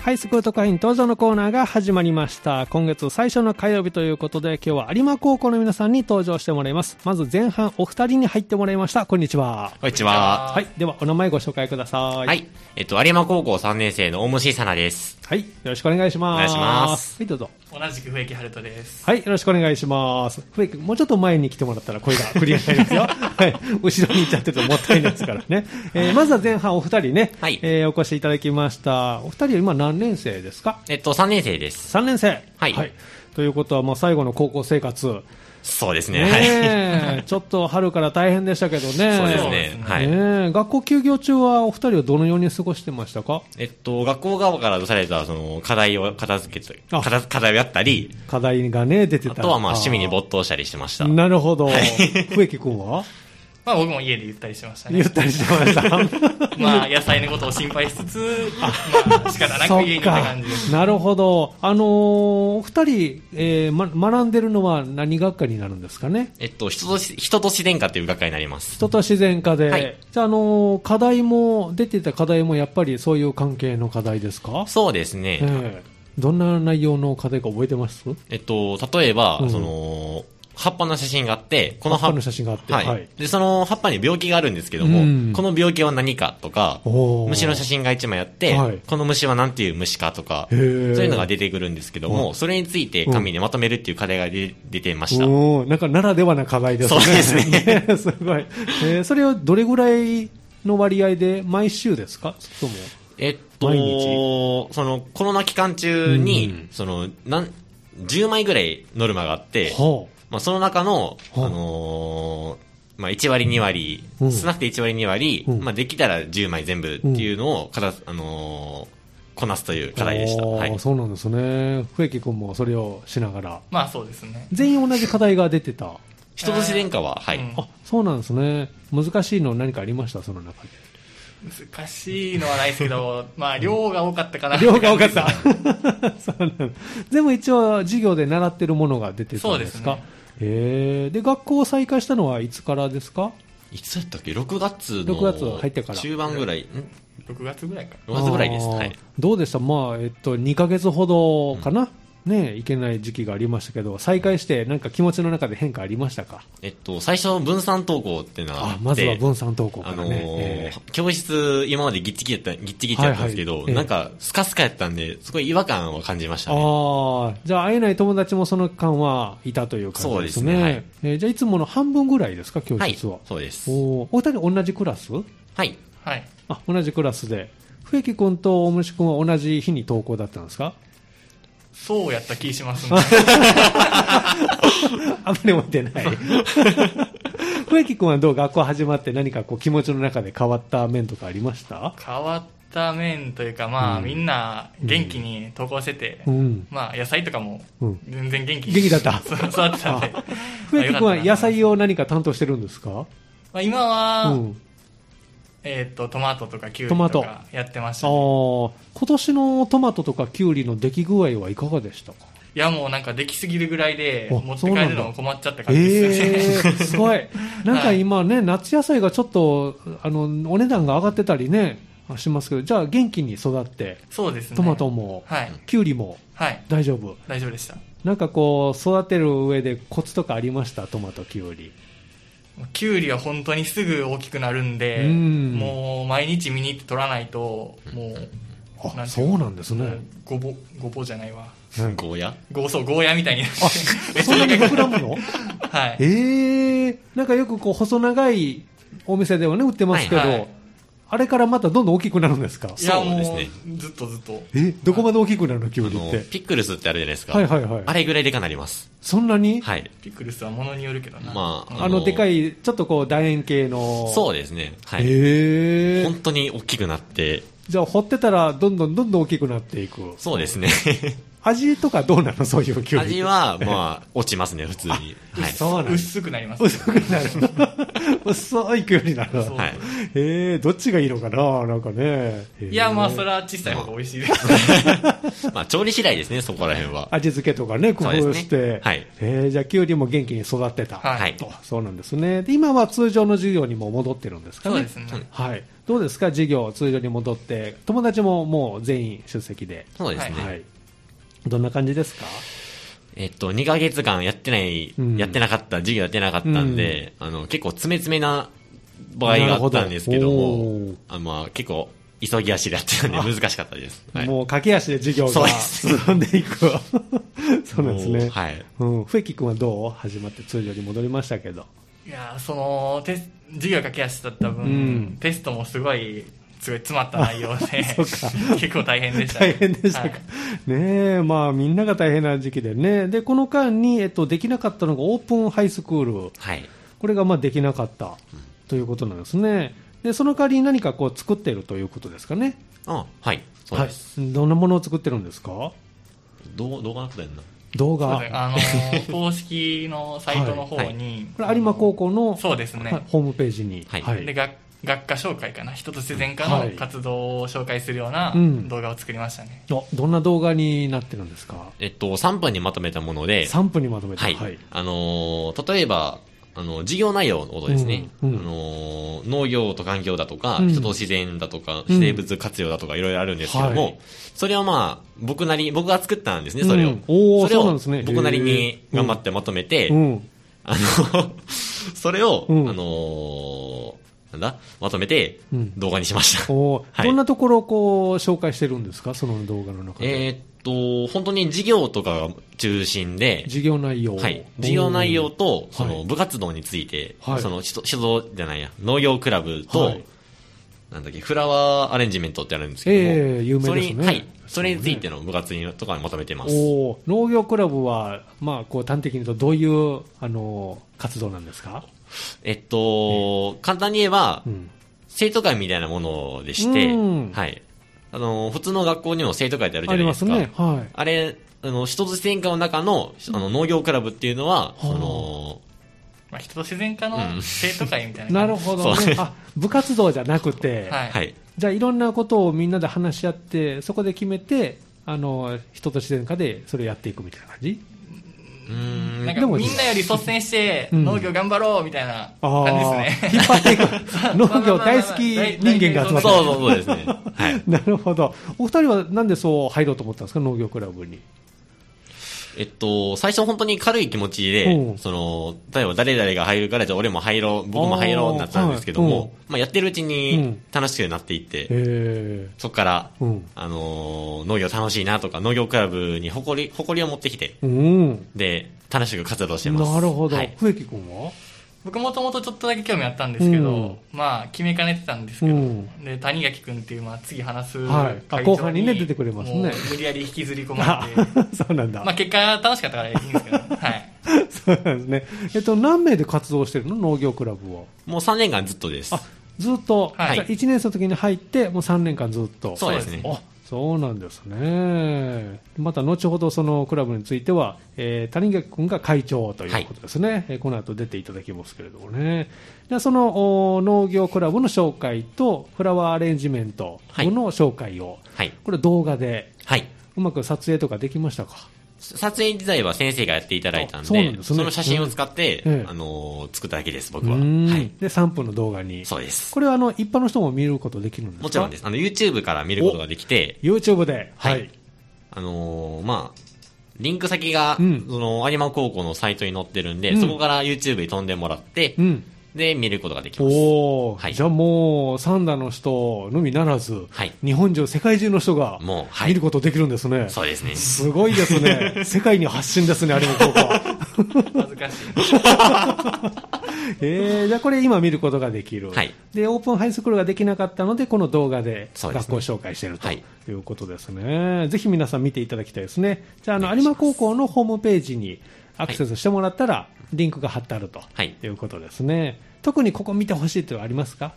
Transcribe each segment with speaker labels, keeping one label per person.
Speaker 1: はい、スクート会員登場のコーナーが始まりました。今月最初の火曜日ということで、今日は有馬高校の皆さんに登場してもらいます。まず前半お二人に入ってもらいました。こんにちは。
Speaker 2: こんにちは。
Speaker 1: はい、ではお名前ご紹介ください。
Speaker 2: はい、えっと、有馬高校3年生の大虫さなです。
Speaker 1: はい、よろしくお願いします。お
Speaker 2: 願いしま
Speaker 1: は
Speaker 2: す。
Speaker 1: い、どうぞ。
Speaker 3: 同じく笛木春人です。
Speaker 1: はい、よろしくお願いします。笛木、もうちょっと前に来てもらったら声がクリアになり ますよ。はい、後ろに行っちゃってるともったいないですからね。えー、まずは前半お二人ね、はい、えー、お越しいただきました。お二人は今何年生ですか
Speaker 2: えっと、3年生です。
Speaker 1: 3年生。
Speaker 2: はい。はい、
Speaker 1: ということは、まあ、最後の高校生活。
Speaker 2: そうですね。ね
Speaker 1: はい 、ちょっと春から大変でしたけどね。
Speaker 2: そうですね。はい、
Speaker 1: ね学校休業中はお二人はどのように過ごしてましたか
Speaker 2: えっと、学校側から出された、その、課題を片付けて、課題をやったり。
Speaker 1: 課題がね、出てた。
Speaker 2: あとはまあ、趣味に没頭したりしてました。
Speaker 1: なるほど。はい、笛木君は
Speaker 3: まあ僕も家でゆったりしてましたね。
Speaker 1: ゆったりしてました。
Speaker 3: まあ野菜のことを心配しつつ、あまあ仕方なく家にいた感じです。
Speaker 1: なるほど。あのー、お二人、えーま、学んでるのは何学科になるんですかね
Speaker 2: えっと、人と人と自然科という学科になります。
Speaker 1: 人と自然科で。はい、じゃあ、あのー、課題も、出てた課題もやっぱりそういう関係の課題ですか
Speaker 2: そうですね。え
Speaker 1: ー、どんな内容の課題か覚えてます
Speaker 2: えっと、例えば、うん、その、葉っぱの写真があって、
Speaker 1: この葉っぱの写真があって、
Speaker 2: はい、で、その葉っぱに病気があるんですけども、うん、この病気は何かとか、虫の写真が一枚あって、はい、この虫は何ていう虫かとか、そういうのが出てくるんですけども、それについて紙にまとめるっていう課題が出てました。
Speaker 1: なんかならではな課題ですね。
Speaker 2: そうですね。
Speaker 1: すごい。えー、それをどれぐらいの割合で毎週ですかそも。、
Speaker 2: えっと、そのコロナ期間中に、うん、その、なん、10枚ぐらいノルマがあって、まあ、その中の、あのー、まあ、1割2割、少なくて1割2割、うん、まあ、できたら10枚全部っていうのをかた、あのーこなすという課題でした。はい
Speaker 1: そうなんですね。笛木君もそれをしながら。
Speaker 3: まあそうですね。
Speaker 1: 全員同じ課題が出てた。、
Speaker 2: 人と自然科は、はい、うん
Speaker 1: あ、そうなんですね。難しいの何かありましたその中で。
Speaker 3: 難しいのはないですけ ど、まあ、量が多かったかな、
Speaker 1: 量が多かった。 そうなの。全部一応授業で習ってるものが出てたんですかえー、で学校を再開したのはいつからですか
Speaker 2: いつだったっけ6月の
Speaker 1: 6月入ってから
Speaker 2: 中盤ぐらい
Speaker 3: 6月ぐらいか
Speaker 2: 6月ぐらいです、はい、
Speaker 1: どうでしたまあえっと2か月ほどかな、うん、ねいけない時期がありましたけど再開してなんか気持ちの中で変化ありましたか
Speaker 2: えっと最初の分散登校っていうのは
Speaker 1: まずは分散登校、ね、
Speaker 2: あのーえー、教室今までぎっちぎっちぎっちぎっちゃったんですけど、はいはい、なんかスカスカやったんですごい違和感を感じましたね
Speaker 1: ああじゃあ会えない友達もその間はいたという感じですねそうですね、はいえー、じゃあいつもの半分ぐらいですか教室は、はい、
Speaker 2: そうです
Speaker 1: おお二人同じクラス
Speaker 2: はい
Speaker 3: はい。
Speaker 1: あ、同じクラスで。笛木君と大虫君は同じ日に登校だったんですか
Speaker 3: そうやった気します
Speaker 1: ね。 あんまり思ってない。 笛木君はどう学校始まって何かこう気持ちの中で変わった面とかありました
Speaker 3: 変わった面というか、まあ、うん、みんな元気に登校してて、うん、まあ、野菜とかも全然元気、うん、
Speaker 1: 元気だった。
Speaker 3: 育ってたんで。
Speaker 1: 笛木君は野菜を何か担当してるんですか、ま
Speaker 3: あ、今は、えーと、とトマトとかキュウリとかやってました、ね、
Speaker 1: 今年のトマトとかキュウリの出来具合はいかがでしたか
Speaker 3: いやもうなんかできすぎるぐらいで持って帰るの困っちゃった感じです ね、えー、
Speaker 1: すごいなんか今ね、はい、夏野菜がちょっとあのお値段が上がってたりねしますけどじゃあ元気に育って
Speaker 3: そうですね
Speaker 1: トマトも、
Speaker 3: はい、
Speaker 1: キュウリも、
Speaker 3: はい、
Speaker 1: 大丈夫
Speaker 3: 大丈夫でした
Speaker 1: なんかこう育てる上でコツとかありましたトマトキュウリ
Speaker 3: キュウリは本当にすぐ大きくなるんで、うん、もう毎日見に行って取らないと、もう、
Speaker 1: あそうなんですね。
Speaker 3: ごぼ、ごぼじゃないわ。
Speaker 2: ゴーヤ
Speaker 3: ゴー、そう、ゴーヤみたいに。あ、
Speaker 1: そんなに膨らむの
Speaker 3: はい。
Speaker 1: ええー、なんかよくこう、細長いお店ではね、売ってますけど、はいはいあれからまたどんどん大きくなるんですか
Speaker 3: いや、そうですね。ずっとずっと。
Speaker 1: え、どこまで大きくなるの、キュウリって。
Speaker 2: ピックルスってあるじゃないですか。
Speaker 1: はいはいはい。
Speaker 2: あれぐらいでかなります。
Speaker 1: そんなに
Speaker 2: はい。
Speaker 3: ピックルスはものによるけどな。
Speaker 2: ま
Speaker 1: あ、あの、でかい、ちょっとこう、楕円形の。
Speaker 2: そうですね。はい。
Speaker 1: へえ。
Speaker 2: 本当に大きくなって。
Speaker 1: じゃあ、掘ってたら、どんどんどんどん大きくなっていく。
Speaker 2: そうで すね。
Speaker 1: 味とかどうなのそういうキュウ
Speaker 2: リ。味は、まあ、落ちますね、普通に。。
Speaker 3: はい、そうなん薄くなります。
Speaker 1: 薄くなる。 薄いキュウリなの。はい。えー、どっちがいいのかななんかね。
Speaker 3: いや、まあ、それは小さい方が美味しいです
Speaker 2: まあ、調理次第ですね、そこら辺は。
Speaker 1: 味付けとかね、工夫して。
Speaker 2: はい。
Speaker 1: えー、じゃあ、キュウリも元気に育ってた。
Speaker 2: はい。
Speaker 1: そうなんですね。で、今は通常の授業にも戻ってるんですかね。
Speaker 3: そうですね。
Speaker 1: はい。どうですか、授業、通常に戻って、友達ももう全員出席で。
Speaker 2: そうですね。はい、
Speaker 1: どんな感じですか
Speaker 2: えっと、2ヶ月間やってない、うん、やってなかった、授業やってなかったんで、うん、あの、結構詰め詰めな場合があったんですけども、あまあ、結構、急ぎ足だったので難しかったです。
Speaker 1: はい、もう駆け足で授業が進んでいく。 そうなんですね。
Speaker 2: はい。
Speaker 1: うん。笛木君はどう始まって通常に戻りましたけど。
Speaker 3: いやその、テ授業駆け足だった分、うん、テストもすごい、すごい詰まった内 容で、 結構大変でした、
Speaker 1: ね、大変でしたか。はい、ねまあみんなが大変な時期でね。で、この間に、えっと、できなかったのがオープンハイスクール。
Speaker 2: はい。
Speaker 1: これがまあできなかった、ということなんですね。でその代わりに何かこう作っているということですかね。
Speaker 2: あはいそうです、
Speaker 1: はい、どんなものを作ってるんですか
Speaker 2: 動動画なくてんな
Speaker 1: 動画、
Speaker 3: あのー、公式のサイトの方に、はいはい、
Speaker 1: これ有馬高校の
Speaker 3: そうですね、
Speaker 1: ホームページに、
Speaker 3: はいで学学科紹介かな人と自然科の活動を紹介するような動画を作りましたね、
Speaker 1: うん、どんな動画になってるんですか、
Speaker 2: えっと、3分にまとめたもので
Speaker 1: 3分にまとめた、
Speaker 2: はいあのー、例えばあの、事業内容のことですね。うんうん、あの、農業と環境だとか、うん、人と自然だとか、生物活用だとか、いろいろあるんですけども、はい、それをまあ、僕なり、僕が作ったんですね、それを。
Speaker 1: それ
Speaker 2: を、僕なりに頑張ってまとめて、あの、 それを、あのなんだまとめて動画にしました、
Speaker 1: はい、どんなところをこう紹介してるんですか、その動画の中
Speaker 2: で。えー、っと、本当に事業とかが中心で、
Speaker 1: 事業内容、
Speaker 2: はい、事業内容とその部活動について、はい、その人人じゃないや、農業クラブと、はい、なんだっけ、フラワーアレンジメントってあるんですけど
Speaker 1: えー、有名ですね。
Speaker 2: はい、それについての部活とかにまとめてます。
Speaker 1: お農業クラブは、まあ、こう端的に言うと、どういうあの活動なんですか
Speaker 2: えっと、簡単に言えば、うん、生徒会みたいなものでして、はい。あの、普通の学校にも生徒会ってあるじゃないですか。あ、ねはい、れ、あの、人と自然科の中の、あの、農業クラブっていうのは、うん、あのー、
Speaker 3: まあ、人と自然科の生徒会みたいな、
Speaker 1: うん、なるほど、ね、あ、部活動じゃなくて、
Speaker 2: はい。
Speaker 1: じゃあ、いろんなことをみんなで話し合って、そこで決めて、あの、人と自然科でそれをやっていくみたいな感じ
Speaker 3: うんなんかみんなより率先して農業頑張ろうみたいな感じですね。
Speaker 1: 引っ張ってい く。農業大好き人間が集まって
Speaker 2: そうそうですね。
Speaker 1: はい、なるほど。お二人はなんでそう入ろうと思ったんですか、農業クラブに。
Speaker 2: えっと、最初本当に軽い気持ちで、その、例えば誰々が入るから、じゃあ俺も入ろう、僕も入ろうになったんですけども、はい、まあやってるうちに楽しくなっていって、
Speaker 1: うん、
Speaker 2: そこから、うん、あのー、農業楽しいなとか、農業クラブに誇り、誇りを持ってきて、
Speaker 1: うん、
Speaker 2: で、楽しく活動してます。
Speaker 1: なるほど。笛木、はい、君は
Speaker 3: 僕もともとちょっとだけ興味あったんですけど、うん、まあ決めかねてたんですけど、うん、 で谷垣君っていう、まあ、次話す会長
Speaker 1: に、後半にね出てくれますね
Speaker 3: 無理やり引きずり込まれ
Speaker 1: てそうなんだ、
Speaker 3: まあ、結果楽しかったからいいんですけど、はい、
Speaker 1: そうなんですね、えっと、何名で活動してるの農業クラブは
Speaker 2: もう3年間ずっとです
Speaker 1: ずっと、はい、1年生の時に入ってもう3年間ずっと
Speaker 2: そうですね
Speaker 1: そうなんですね。また後ほどそのクラブについては、えー、谷垣君が会長ということですね。はい、この後出ていただきますけれどもね。じゃその農業クラブの紹介とフラワーアレンジメントの紹介を、
Speaker 2: はい、
Speaker 1: これ動画で、
Speaker 2: はい、
Speaker 1: うまく撮影とかできましたか、
Speaker 2: 撮影自体は先生がやっていただいたんで、そ,んでね、その写真を使って、うん、あのー、作っただけです、僕は。はい
Speaker 1: で、3分の動画に。
Speaker 2: そうです。
Speaker 1: これは、あの、一般の人も見ることできるんですか
Speaker 2: もちろんです。あの、YouTube から見ることができて。
Speaker 1: YouTube で。
Speaker 2: はい。はい、あのー、まあ、リンク先が、うん、その、有馬高校のサイトに載ってるんで、うん、そこから YouTube に飛んでもらって、
Speaker 1: うん
Speaker 2: で見ることができます。
Speaker 1: おはい、じゃあもう、サンダの人のみならず、
Speaker 2: はい、
Speaker 1: 日本中、世界中の人が、
Speaker 2: もう、はい
Speaker 1: 見ることできるんですね。
Speaker 2: そうですね。
Speaker 1: すごいです ね。世界に発信ですね、あれの効果。
Speaker 3: 恥ずかしい。
Speaker 1: えー、じゃあこれ今見ることができる、
Speaker 2: はい、
Speaker 1: でオープンハイスクールができなかったのでこの動画で学校紹介している、
Speaker 2: ね、はい、
Speaker 1: ということですねぜひ皆さん見ていただきたいですねじゃああの有馬高校のホームページにアクセスしてもらったら、リンクが貼ってあると、
Speaker 2: はい、
Speaker 1: いうことですね。特にここ見てほしいというのはありますか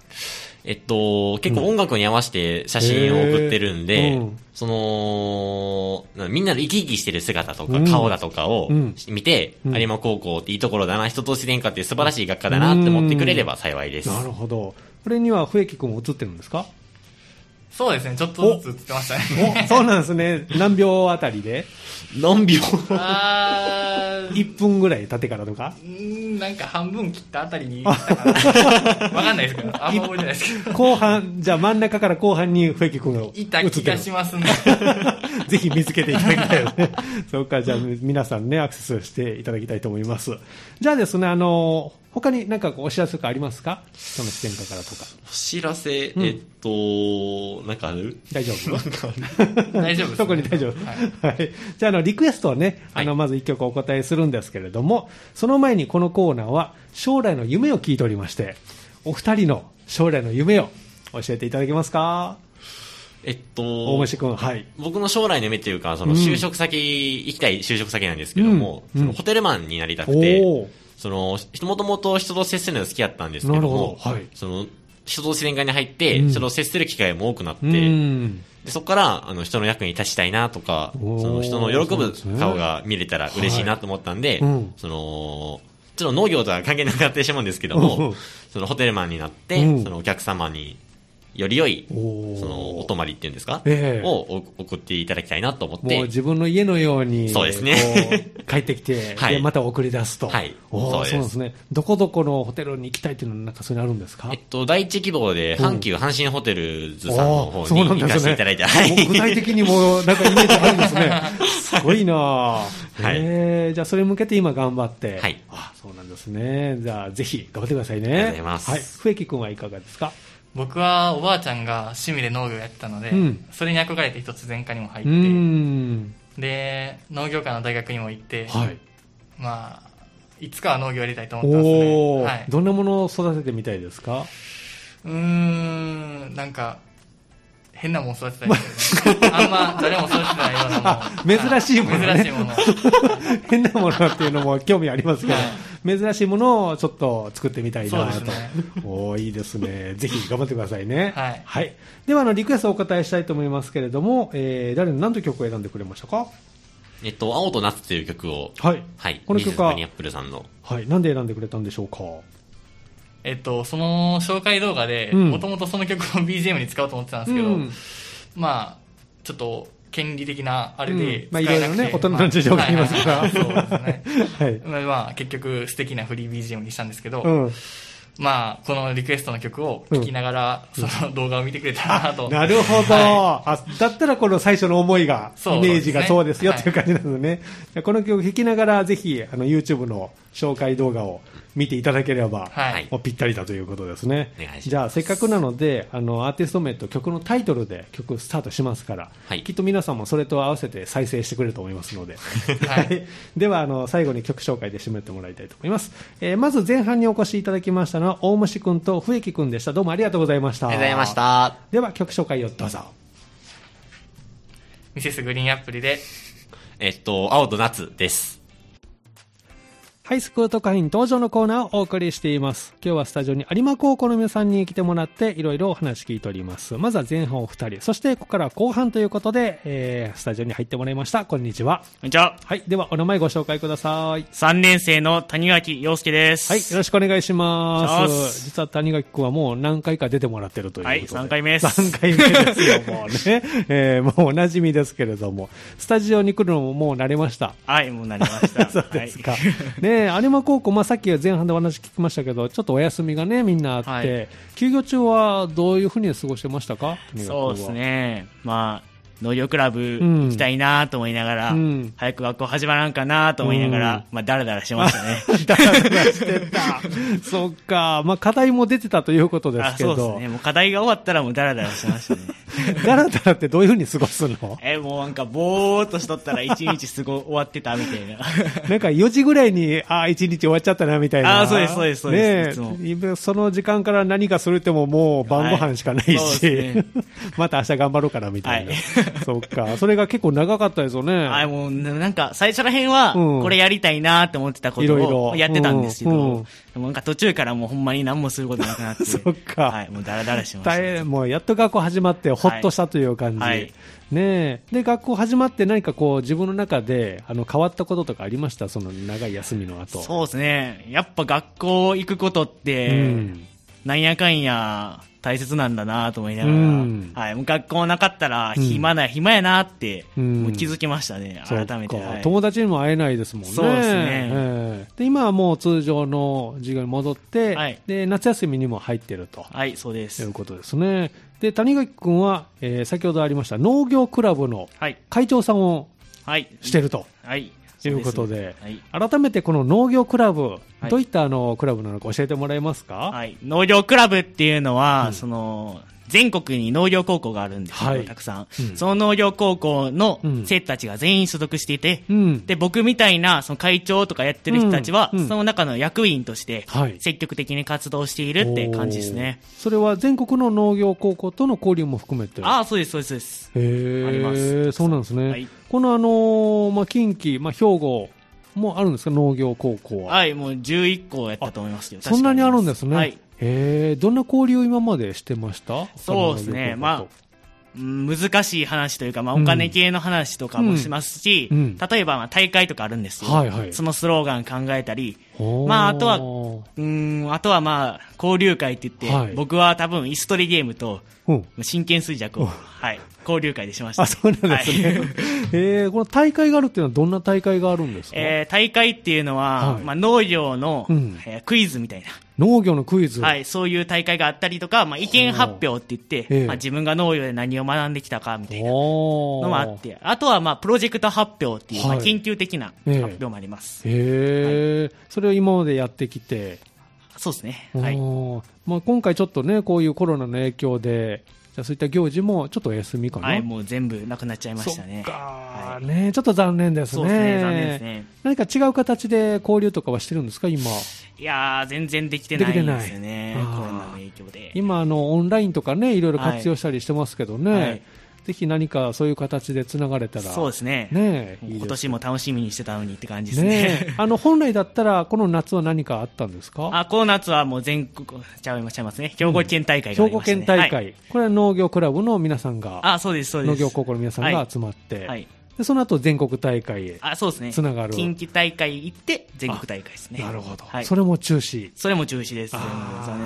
Speaker 2: えっと、結構音楽に合わせて写真を送ってるんで、うん、その、みんなで生き生きしてる姿とか、顔だとかを見て、うんうん、有馬高校っていいところだな、人と自然科って素晴らしい学科だなって思ってくれれば幸いです。
Speaker 1: なるほど。これには笛木君も映ってるんですか
Speaker 3: そうですね、ちょっとずつ映ってましたね。
Speaker 1: そうなんですね。何秒あたりで
Speaker 2: 何秒
Speaker 3: あー
Speaker 1: ?1 分ぐらい経ってからとか
Speaker 3: うんなんか半分切ったあたりに来たからわかんないですけど、あんま覚えてないですけど。
Speaker 1: 後半、じゃあ真ん中から後半に笛木君が映ってる。
Speaker 3: いた気がしますね。
Speaker 1: ぜひ見つけていただきたいですね。 そうか、じゃあ皆さんね、アクセスしていただきたいと思います。じゃあですね、あの、他に何かお知らせとかありますかその視点からとか。
Speaker 2: お知らせ、うん、えっと、なんかある
Speaker 1: 大丈夫
Speaker 3: 大丈夫、ね、
Speaker 1: 特に大丈夫。はい。はい、じゃあ、あの、リクエストをね、あの、まず一曲お答えするんですけれども、はい、その前にこのコーナーは、将来の夢を聞いておりまして、お二人の将来の夢を教えていただけますか
Speaker 2: えっと、
Speaker 1: 大虫君、はい。
Speaker 2: 僕の将来の夢っていうか、その就職先、うん、行きたい就職先なんですけども、うん、そのホテルマンになりたくて、その、もともと人と接するのが好きだったんですけども、どはい、その、人と自然界に入って、うん、人と接する機会も多くなって、うん、でそこから、あの、人の役に立ちたいなとか、その人の喜ぶ顔が見れたら嬉しいなと思ったんで、そ、ね,はい、その、ちょっと農業とは関係なくなってしまうんですけども、そのホテルマンになって、そのお客様により良い、その、お泊まりっていうんですか、えー、を送っていただきたいなと思って。
Speaker 1: もう自分の家のように、
Speaker 2: そうですね。
Speaker 1: 帰ってき て、はい、また送り出すと。
Speaker 2: はい。
Speaker 1: そうそうですね。どこどこのホテルに行きたいっていうのは、なんかそういうのあるんですか
Speaker 2: えっと、第一希望で、阪急阪神ホテルズさんの方に行かせていただい
Speaker 1: 。
Speaker 2: て、うん、はい
Speaker 1: 具体的にも、なんかイメージあるんです ね。すごいなはい。えー、じゃあそれ向けて今頑張って。
Speaker 2: はい。
Speaker 1: あ、そうなんですね。じゃあぜひ頑張ってくださいね。あり
Speaker 2: がとうございます。
Speaker 1: はい。笛木君はいかがですか
Speaker 3: 僕はおばあちゃんが趣味で農業やってたので、うん、それに憧れて一つ前科にも入ってで農業科の大学にも行って、はい、まあいつかは農業やりたいと思ってますね、はい、
Speaker 1: どんなものを育ててみたいですか
Speaker 3: うんなんか変なもん育てたり、ね、 あんま誰も育てないようなも
Speaker 1: の珍しいもの、ね、
Speaker 3: 珍しいもの
Speaker 1: 変なものっていうのも興味ありますけど、珍しいものをちょっと作ってみたいなと、ね、おいいですね、 ぜひ頑張ってくださいね。
Speaker 3: はい、
Speaker 1: はい、ではあのリクエストをお答えしたいと思いますけれども、えー、誰の何という曲を選んでくれましたか
Speaker 2: えっと、青と夏という曲を、
Speaker 1: はい、
Speaker 2: はい、
Speaker 1: この曲は、
Speaker 2: ニアップルさんの。
Speaker 1: はい、なんで選んでくれたんでしょ うか。
Speaker 3: えっと、その紹介動画で、もともとその曲を BGM に使おうと思ってたんですけど、うん、まあ、ちょっと、権利的なあれで
Speaker 1: まあいろいろね、大人の事情がありますから。
Speaker 3: そうですね。はい。まあ結局素敵なフリー BGM にしたんですけど、うん、まあこのリクエストの曲を聴きながら、その動画を見てくれたらなと、うん
Speaker 1: うん。なるほど、はい、あ。だったらこの最初の思いが、イメージがそうですよっていう感じなのね。はい、この曲聴きながらぜひあの YouTube の紹介動画を見ていただければ、はい、もうぴったりだということですね。じゃあ、せっかくなので、あの、アーティスト名と曲のタイトルで曲スタートしますから、はい、きっと皆さんもそれと合わせて再生してくれると思いますので、はい、 では、あの、最後に曲紹介で締めてもらいたいと思います。えー、まず前半にお越しいただきましたのは、大虫くんと笛木くんでした。どうもありがとうございました。
Speaker 2: ありがとうございました。
Speaker 1: では、曲紹介をどうぞ。
Speaker 3: ミセスグリーンアプリで、
Speaker 2: えっと、青と夏です。
Speaker 1: ハイスクート会員登場のコーナーをお送りしています。今日はスタジオに有馬高校の皆さんに来てもらっていろいろお話聞いております。まずは前半お二人、そしてここから後半ということで、えー、スタジオに入ってもらいました。こんにちは。
Speaker 4: こんにちは。
Speaker 1: はい。ではお名前ご紹介ください。
Speaker 4: 3年生の谷垣陽介です。
Speaker 1: はい。よろしくお願いします。実は谷垣くんはもう何回か出てもらってるということで。はい。
Speaker 4: 3回目です。
Speaker 1: 3回目ですよ、もうね。 えー、もうお馴染みですけれども、スタジオに来るのももう慣れました。
Speaker 4: はい、もう慣れまし た。
Speaker 1: そうですか。はいねね、有馬高校、まあ、さっき前半でお話聞きましたけど、ちょっとお休みがね、みんなあって、はい、休業中はどういうふうに過ごしてましたか
Speaker 4: そうですね。まあ、農業クラブ行きたいなと思いながら、うん、早く学校始まらんかなと思いながら、うん、まあ、だらだらしてました ね。
Speaker 1: だらだらして た。そっか。まあ、課題も出てたということですけど。
Speaker 4: そうですね。もう課題が終わったらもうだらだらして ましたね。
Speaker 1: だらだらってどういうふうに過ごすの
Speaker 4: え、もうなんか、ぼーっとしとったら一日すご、終わってたみたいな。
Speaker 1: なんか4時ぐらいに、ああ、一日終わっちゃったなみたいな。
Speaker 4: ああ、そうです、そうです、そうです。ね
Speaker 1: その時間から何かするってももう晩ご飯しかないし、はいね、 また明日頑張ろうかなみたいな。はい そっか。それが結構長かったですよね。
Speaker 4: あもう、なんか、最初ら辺は、これやりたいなって思ってたことをやってたんですけど、うんうんうん、なんか途中からもうほんまに何もすることなくなって。
Speaker 1: そっか。
Speaker 4: はい、もうダラダラしま した、
Speaker 1: もうやっと学校始まって、ほっとしたという感じ。はいはい、ねで、学校始まって何かこう、自分の中で、あの、変わったこととかありましたその長い休みの後。、
Speaker 4: そうですね。やっぱ学校行くことって、うんなんやかんや大切なんだなと思いながら、うん、はい、もう学校なかったら暇な、うん、暇やなって、うん、気づきましたね、改めて、はい
Speaker 1: 友達にも会えないですもんね。
Speaker 4: そうですね。
Speaker 1: えー、で今はもう通常の授業に戻って、はい、で夏休みにも入ってると。
Speaker 4: はい、そうです。
Speaker 1: いうことですね。で谷垣君は、えー、先ほどありました農業クラブの会長さんをしてると。
Speaker 4: はい、はい
Speaker 1: ということで、ねはい、改めてこの農業クラブ、はい、どういったあのクラブなのか教えてもらえますか、
Speaker 4: はい、農業クラブっていうのは、うん、その全国に農業高校があるんですけど、はい、たくさん、うん、その農業高校の生徒たちが全員所属していて、うん、で僕みたいなその会長とかやってる人たちは、うん、その中の役員として積極的に活動しているって感じですね、
Speaker 1: それは全国の農業高校との交流も含めて
Speaker 4: ああそうですそうですそうです
Speaker 1: へありますそうなんですね、はい、この、あのー、まあ、近畿、まあ、兵庫もあるんですか農業高校は
Speaker 4: はいもう11校やったと思いますけど
Speaker 1: そんなにあるんですね、はいえー、どんな交流を今までしてました
Speaker 4: そうですね、まあ、難しい話というか、まあ、お金系の話とかもしますし、うんうん、例えばまあ大会とかあるんですよ、はいはい、そのスローガン考えたり、まあ、あとはうんあとはまあ交流会って言って、はい、僕は多分椅子取りゲームと 真剣衰弱を、はい、交流会でしました、
Speaker 1: あそうなんですね、はい、 えー、この大会があるっていうのはどんな大会があるんですか、
Speaker 4: えー、大会っていうのは、はい、まあ、農業の、うん、えー、クイズみたいな。
Speaker 1: 農業のクイズ、
Speaker 4: はい、そういう大会があったりとか、まあ、意見発表って言って、ええ、まあ、自分が農業で何を学んできたかみたいなのもあって、あとはまあプロジェクト発表っていう、はい、まあ、研究的な発表もあります。
Speaker 1: へえ、はい、それを今までやってきて、
Speaker 4: そうですね、はい
Speaker 1: まあ、今回ちょっとね、こういうコロナの影響で、じゃそういった行事もちょっとお休みかな、
Speaker 4: はい、もう全部なくなっちゃいましたね。
Speaker 1: はい、ねちょっと残念ですね。
Speaker 4: そうですね残念ですね。
Speaker 1: 何か違う形で交流とかはしてるんですか、今。
Speaker 4: いや全然できてないですよね、コロナの影響で。
Speaker 1: 今あの、オンラインとかね、いろいろ活用したりしてますけどね。はいぜひ何かそういう形でつながれたら、
Speaker 4: そうですね
Speaker 1: ね
Speaker 4: 今年も楽しみにしてたのにって感じですね、 ね、
Speaker 1: あの本来だったら、この夏は何かあったんですか
Speaker 4: あこの夏はもう全国、ちゃいまますね、兵庫県大会
Speaker 1: が、ねうん、兵庫県大会、はい、これは農業クラブの皆さんが、
Speaker 4: あそうですそうです
Speaker 1: 農業高校の皆さんが集まって。はい、はいでその後全国大会へ
Speaker 4: あそうですね
Speaker 1: つながる
Speaker 4: 近畿大会行って全国大会ですね
Speaker 1: なるほど、はい、それも中止
Speaker 4: それも中止です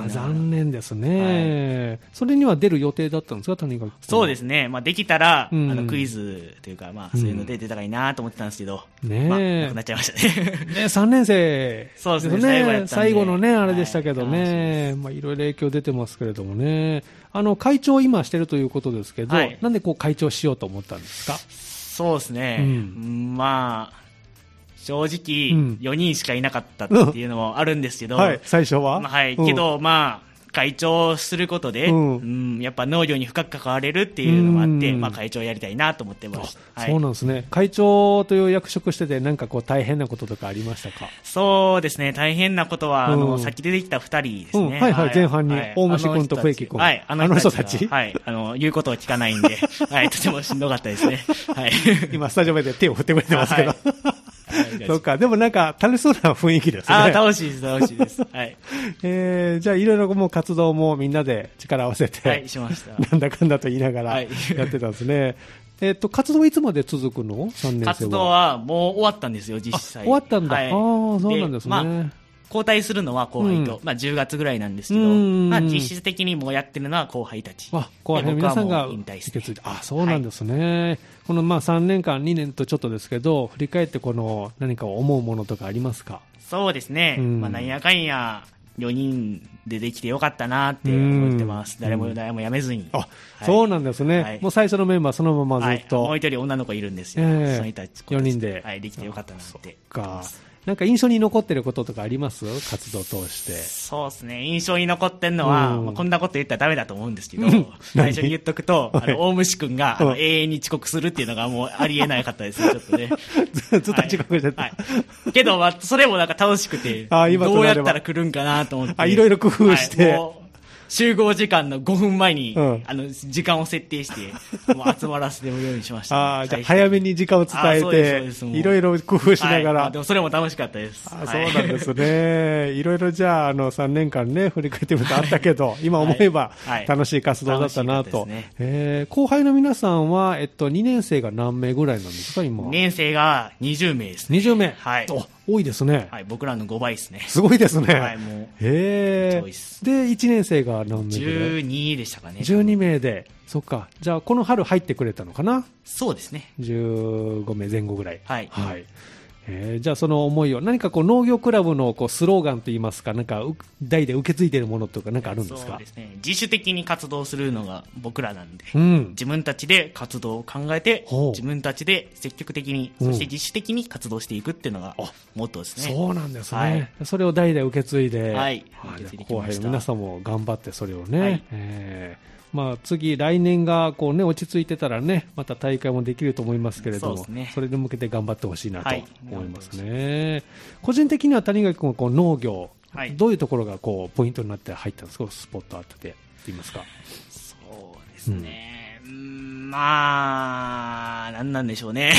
Speaker 1: 残念ですね、はい、それには出る予定だったんですか谷垣
Speaker 4: そうですね、まあ、できたら、うん、あのクイズというか、まあ、そういうので出たらいいなと思ってたんですけど、うん、ね、まあ、なくなっちゃいましたね ね
Speaker 1: 3年生
Speaker 4: そうですね、ね、
Speaker 1: 最後のねあれでしたけどね、はいまあ、いろいろ影響出てますけれどもねあの会長を今してるということですけど、はい、なんでこう会長しようと思ったんですか
Speaker 4: そうですね、うん、まあ、正直、4人しかいなかったっていうのもあるんですけど、うん
Speaker 1: はい、最初は、
Speaker 4: まあ、はい、けど、うん、まあ、会長することで、うんやっぱ農業に深く関われるっていうのもあって、まあ、会長やりたいなと思ってます、
Speaker 1: はい、そうなんですね、会長という役職してて、なんかこう、大変なこととかありましたか
Speaker 4: そうですね、大変なことは、あの先出てきた2人ですね、
Speaker 1: はいはい、前半に、大虫君と笛木君、
Speaker 4: はい、あの人たち、はい、あの言うことを聞かない んで、はい、とてもしんどかったですね、はい、
Speaker 1: 今、スタジオまで手を振ってくれてますけど。 そうか、でもなんか楽しそうな雰囲気ですね。
Speaker 4: あ楽しいです、楽しいです。はい。
Speaker 1: えー、じゃあいろいろもう活動もみんなで力を合わせて、
Speaker 4: はい、しました。
Speaker 1: なんだかんだと言いながらやってたんですね。 えっと、活動いつまで続くの ?3 年生
Speaker 4: 活動はもう終わったんですよ、実際。
Speaker 1: 終わったんだ。はい、ああ、そうなんですね。まあ
Speaker 4: 交代するのは後輩と、うん、まあ10月ぐらいなんですけど、まあ実質的にもうやってるのは後輩たち。
Speaker 1: あ、後輩の皆さんが引退して、ね、あ、そうなんですね。はい、このまあ3年間、2年とちょっとですけど、振り返ってこの何か思うものとかありますか
Speaker 4: そうですね。うん、まあなんやかんや4人でできてよかったなって思ってます、誰も誰も辞めずに、
Speaker 1: あそうなんですね、もう最初のメンバー、そのままずっと、
Speaker 4: もう一人女の子いるんですよ、えその人たち
Speaker 1: 4人で、
Speaker 4: はい、できてよかったなって
Speaker 1: かなんか印象に残ってることとかあります活動通して
Speaker 4: そうですね、印象に残ってるのは、まあ、こんなこと言ったらだめだと思うんですけど、最初に言っとくと、あの大虫君が、あの永遠に遅刻するっていうのが、もうありえなかったですね、ちょっ とね。
Speaker 1: ずずっと遅刻してた、はい
Speaker 4: けど、まあ、それもなんか楽しくて、あ今どうやったら来るんかなと思って、
Speaker 1: いろいろ工夫して。
Speaker 4: 集合時間の5分前に、あの時間を設定して、もう集まらせてるようにしました、
Speaker 1: あじゃ早めに時間を伝えて、いろいろ工夫しながら、
Speaker 4: でもそれも楽しかったです。
Speaker 1: あそうなん ですね、 いろいろじゃああの、3年間ね、振り返ってみるとあったけ ど、今思えば楽しい活動だったなと、ねえ後輩の皆さんは、えっと、2年生が何名ぐらいなんですか、今
Speaker 4: 2年生が20名です、
Speaker 1: ね、20名、
Speaker 4: はい、
Speaker 1: 多いですね。
Speaker 4: はい、僕らの5倍ですね。
Speaker 1: すごいですね。
Speaker 4: はい、もう。
Speaker 1: へえ。で、1年生が何名ぐら
Speaker 4: い ?12 でしたかね。
Speaker 1: 12名で。そっか。じゃあ、この春入ってくれたのかな
Speaker 4: そうですね。
Speaker 1: 15名前後ぐらい。
Speaker 4: はい。
Speaker 1: はい。えー、じゃあその思いを何かこう農業クラブのこうスローガンといいますかなんか代で受け継いでいるものとかなんかあるんですか
Speaker 4: そうですね自主的に活動するのが僕らなんで、
Speaker 1: うん、
Speaker 4: 自分たちで活動を考えて自分たちで積極的にそして自主的に活動していくっていうのがモットーですね、
Speaker 1: うん、そうなんですね、はい、それを代で受け継いで、
Speaker 4: はい、
Speaker 1: 後輩の皆さんも頑張ってそれをね、はい、えーまあ、次、来年がこう、ね、落ち着いてたらね、また大会もできると思いますけれども、そ、ね,、れに向けて頑張ってほしいなと思いますね。はい、個人的には谷垣君はこう農業、はい、どういうところがこうポイントになって入ったんですか、スポットあってて、言いますか。
Speaker 4: そうですね、うん、まあ、なんなんでしょうね。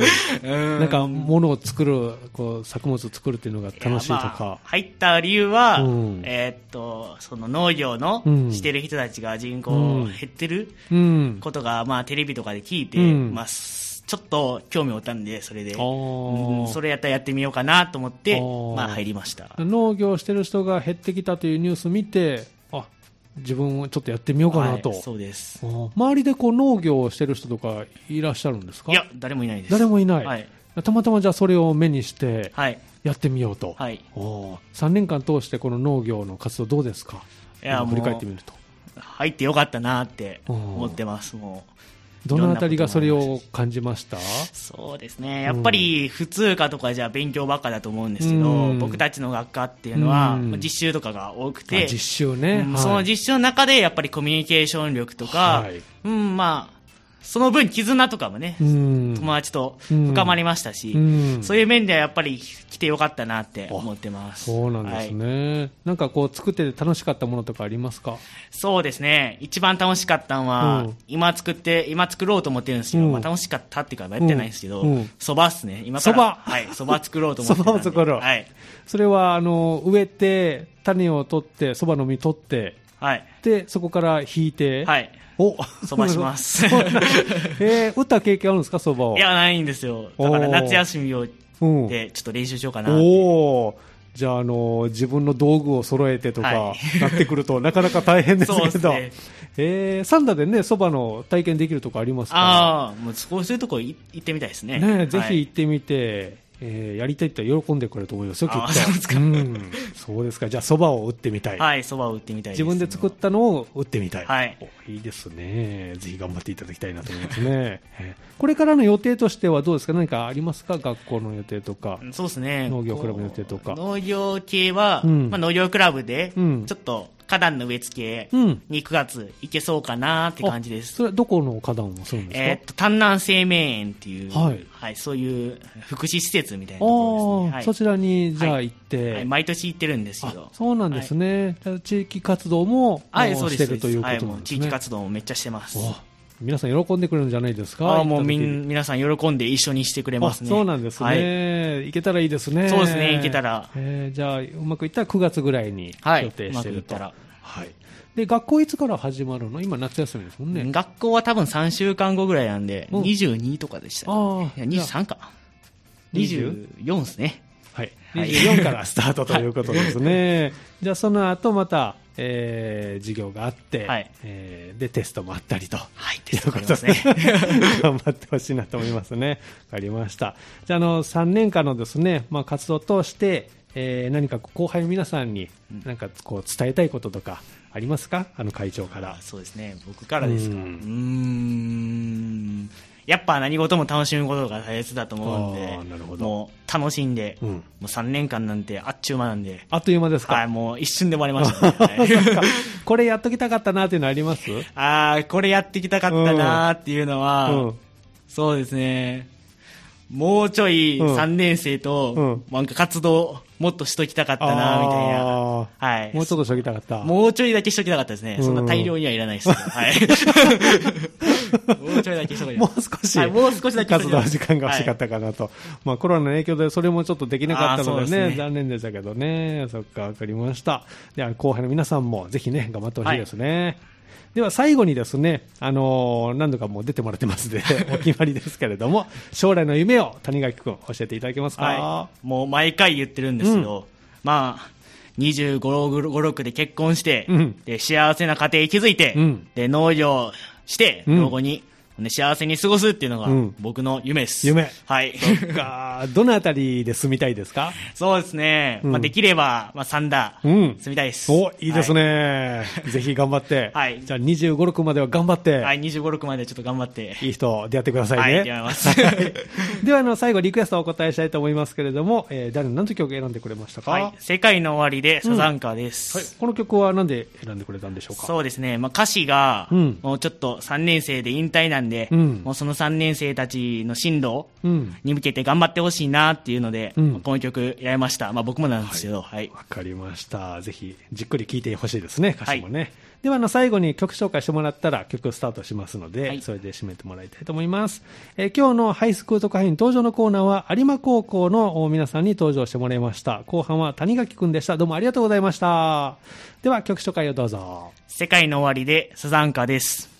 Speaker 1: なんか、ものを作る、こう、作物を作るっていうのが楽しいとか。
Speaker 4: まあ、入った理由は、うん、えー、っと、その農業の、してる人たちが人口減ってることが、うん、まあ、テレビとかで聞いて、うんまあ、ちょっと興味を持ったんで、それで、うん、それやったらやってみようかなと思って、まあ、入りました。
Speaker 1: 農業してる人が減ってきたというニュース見て、自分をちょっとやってみようかなと、はい、
Speaker 4: そうです
Speaker 1: 周りでこう農業をしてる人とかいらっしゃるんですか
Speaker 4: いや誰もいないです
Speaker 1: 誰もいない、
Speaker 4: はい、
Speaker 1: たまたまじゃあそれを目にしてやってみようと、
Speaker 4: はい、
Speaker 1: お3年間通してこの農業の活動どうですかいや振り返ってみると
Speaker 4: 入ってよかったなって思ってますもう
Speaker 1: どのあたりがそれを感じました
Speaker 4: そうですね、やっぱり普通科とかじゃ勉強ばっかだと思うんですけど、うん、僕たちの学科っていうのは、実習とかが多くて、
Speaker 1: 実習ね、
Speaker 4: その実習の中でやっぱりコミュニケーション力とか、はい、うんまあ、その分、絆とかもね、うん、友達と深まりましたし、うん、そういう面ではやっぱり来てよかったなって思ってます
Speaker 1: そうなんですね、はい、なんかこう、作ってて楽しかったものとかありますか
Speaker 4: そうですね、一番楽しかったのは、うん、今作って、今作ろうと思ってるんですけど、まあ、楽しかったっていうか、やってないんですけど、そば、うん、っすね、今から、はい、そば作ろうと思って
Speaker 1: そばを作ろう、
Speaker 4: はい、
Speaker 1: それはあの植えて、種を取って、そばの実取って、
Speaker 4: はい、
Speaker 1: でそこから引いて。
Speaker 4: はい
Speaker 1: お
Speaker 4: そばします。
Speaker 1: えー、打った経験あるんですか、そばを。。
Speaker 4: いや、ないんですよ。だから夏休みを、で、ちょっと練習しようかな、うん
Speaker 1: おじゃあ、あの自分の道具を揃えてとか、はい 、なってくると、なかなか大変ですけど。ね、えー、サンダでね、そばの体験できるとこありますか
Speaker 4: ああ、もうそういうとこ行ってみたいですね。
Speaker 1: ねぜひ行ってみて、はいえー、やりたいって喜んでくれると思いますよ、きっと。、
Speaker 4: そうですか。うん
Speaker 1: そうですか。じゃあ、そばを打ってみたい。
Speaker 4: はい、そばを打ってみたい、ね、
Speaker 1: 自分で作ったのを打ってみたい。
Speaker 4: はい。
Speaker 1: いいですね。ぜひ頑張っていただきたいなと思います ね。これからの予定としてはどうですか何かありますか学校の予定とか。
Speaker 4: そうですね。
Speaker 1: 農業クラブの予定とか。
Speaker 4: 農業系は、うん、まあ、農業クラブで、うん、ちょっと、花壇の植え付けに9月いけそうかなって感じです。
Speaker 1: それはどこの花壇をするんですか
Speaker 4: えー、っと、丹南生命園っていう、はい、はい、そういう福祉施設みたいなところですね。はい、
Speaker 1: そちらにじゃあ行って、
Speaker 4: はい、毎年行ってるんですけど。
Speaker 1: そうなんですね。地域活動もしてるということですね。
Speaker 4: 地域活動もめっちゃしてます。
Speaker 1: 皆さん喜んでくれるんじゃないですか
Speaker 4: あもうみ皆さん喜んで一緒にしてくれますね
Speaker 1: そうなんですね、はい、いけたらいいですね
Speaker 4: そうですねいけたら、
Speaker 1: えー、じゃあうまくいったら9月ぐらいに予定してると、
Speaker 4: はい、
Speaker 1: はい、で学校いつから始まるの今夏休みですもんね
Speaker 4: 学校は多分3週間後ぐらいなんで、うん、22とかでした、ね、ああ23か24ですね
Speaker 1: はい、24からスタートということですね、はい、じゃあその後またえー、授業があって、
Speaker 4: はい、
Speaker 1: えー、でテストもあったりと、
Speaker 4: はい、テストありますね
Speaker 1: 頑張ってほしいなと思いますね分かりましたじゃあの3年間のですね、まあ、活動を通して、えー、何か後輩の皆さんになんかこう伝えたいこととかありますかあの会長から
Speaker 4: そうですね僕からですかうんやっぱ何事も楽しむことが大切だと思うんで、もう楽しんで、うん、もう3年間なんてあっちゅう間なんで。
Speaker 1: あっという間ですか
Speaker 4: はい、もう一瞬で終わりました、ね はい、
Speaker 1: これやっときたかったなっていうのあります
Speaker 4: ああ、これやってきたかったなっていうのは、うんうん、そうですね。もうちょい3年生と、なんか活動、もっとしときたかったな、みたいな。はい。
Speaker 1: もうちょっとしときたかった。
Speaker 4: もうちょいだけしときたかったですね。そんな大量にはいらないです けど。はい。もうちょいだけしとき
Speaker 1: もう少し、はい、
Speaker 4: もう少しだけ、
Speaker 1: 活動時間が欲しかったかなと。はい、まあコロナの影響でそれもちょっとできなかったのでね、でね残念でしたけどね。そっか、わかりました。では後輩の皆さんもぜひね、頑張ってほしいですね。はいでは最後にですね、あのー、何度かもう出てもらってますで、お決まりですけれども、将来の夢を谷垣君、教えていただけますか、はい
Speaker 4: もう毎回言ってるんですけど、うん、まあ、25、6で結婚して、うん、で幸せな家庭築いて、うん、で農業して、老後に、ね、幸せに過ごすっていうのが僕の夢です。
Speaker 1: 夢。
Speaker 4: はい。
Speaker 1: そっか。どのあたりで住みたい ですか
Speaker 4: そうですね。まあ、できれば、まあ、サンダー、住みたいです。
Speaker 1: お、いいですね。ぜひ頑張って。
Speaker 4: はい。
Speaker 1: じゃあ25、6までは頑張って。
Speaker 4: はい、25、6までちょっと頑張って。
Speaker 1: いい人、出会ってくださいね。
Speaker 4: はい、出会います。
Speaker 1: では、あの、最後、リクエストをお答えしたいと思いますけれども、えー、誰の何と曲選んでくれましたかはい。
Speaker 4: 世界の終わりでサザンカです。
Speaker 1: はい。この曲はなんで選んでくれたんでしょうか
Speaker 4: そうですね。まあ、歌詞が、もうちょっと3年生で引退なんで、で、うん、もうその3年生たちの進路に向けて頑張ってほしいなっていうので、うん、この曲やりました、まあ、僕もなんですけど、はい、
Speaker 1: はい、かりましたぜひじっくり聴いてほしいですね歌詞もね、はい、ではあの最後に曲紹介してもらったら曲スタートしますので、はい、それで締めてもらいたいと思います、えー、今日のハイスクー特派員登場のコーナーは有馬高校の皆さんに登場してもらいました後半は谷垣くんでしたどうもありがとうございましたでは曲紹介をどうぞ
Speaker 4: 世界の終わりでサザンカです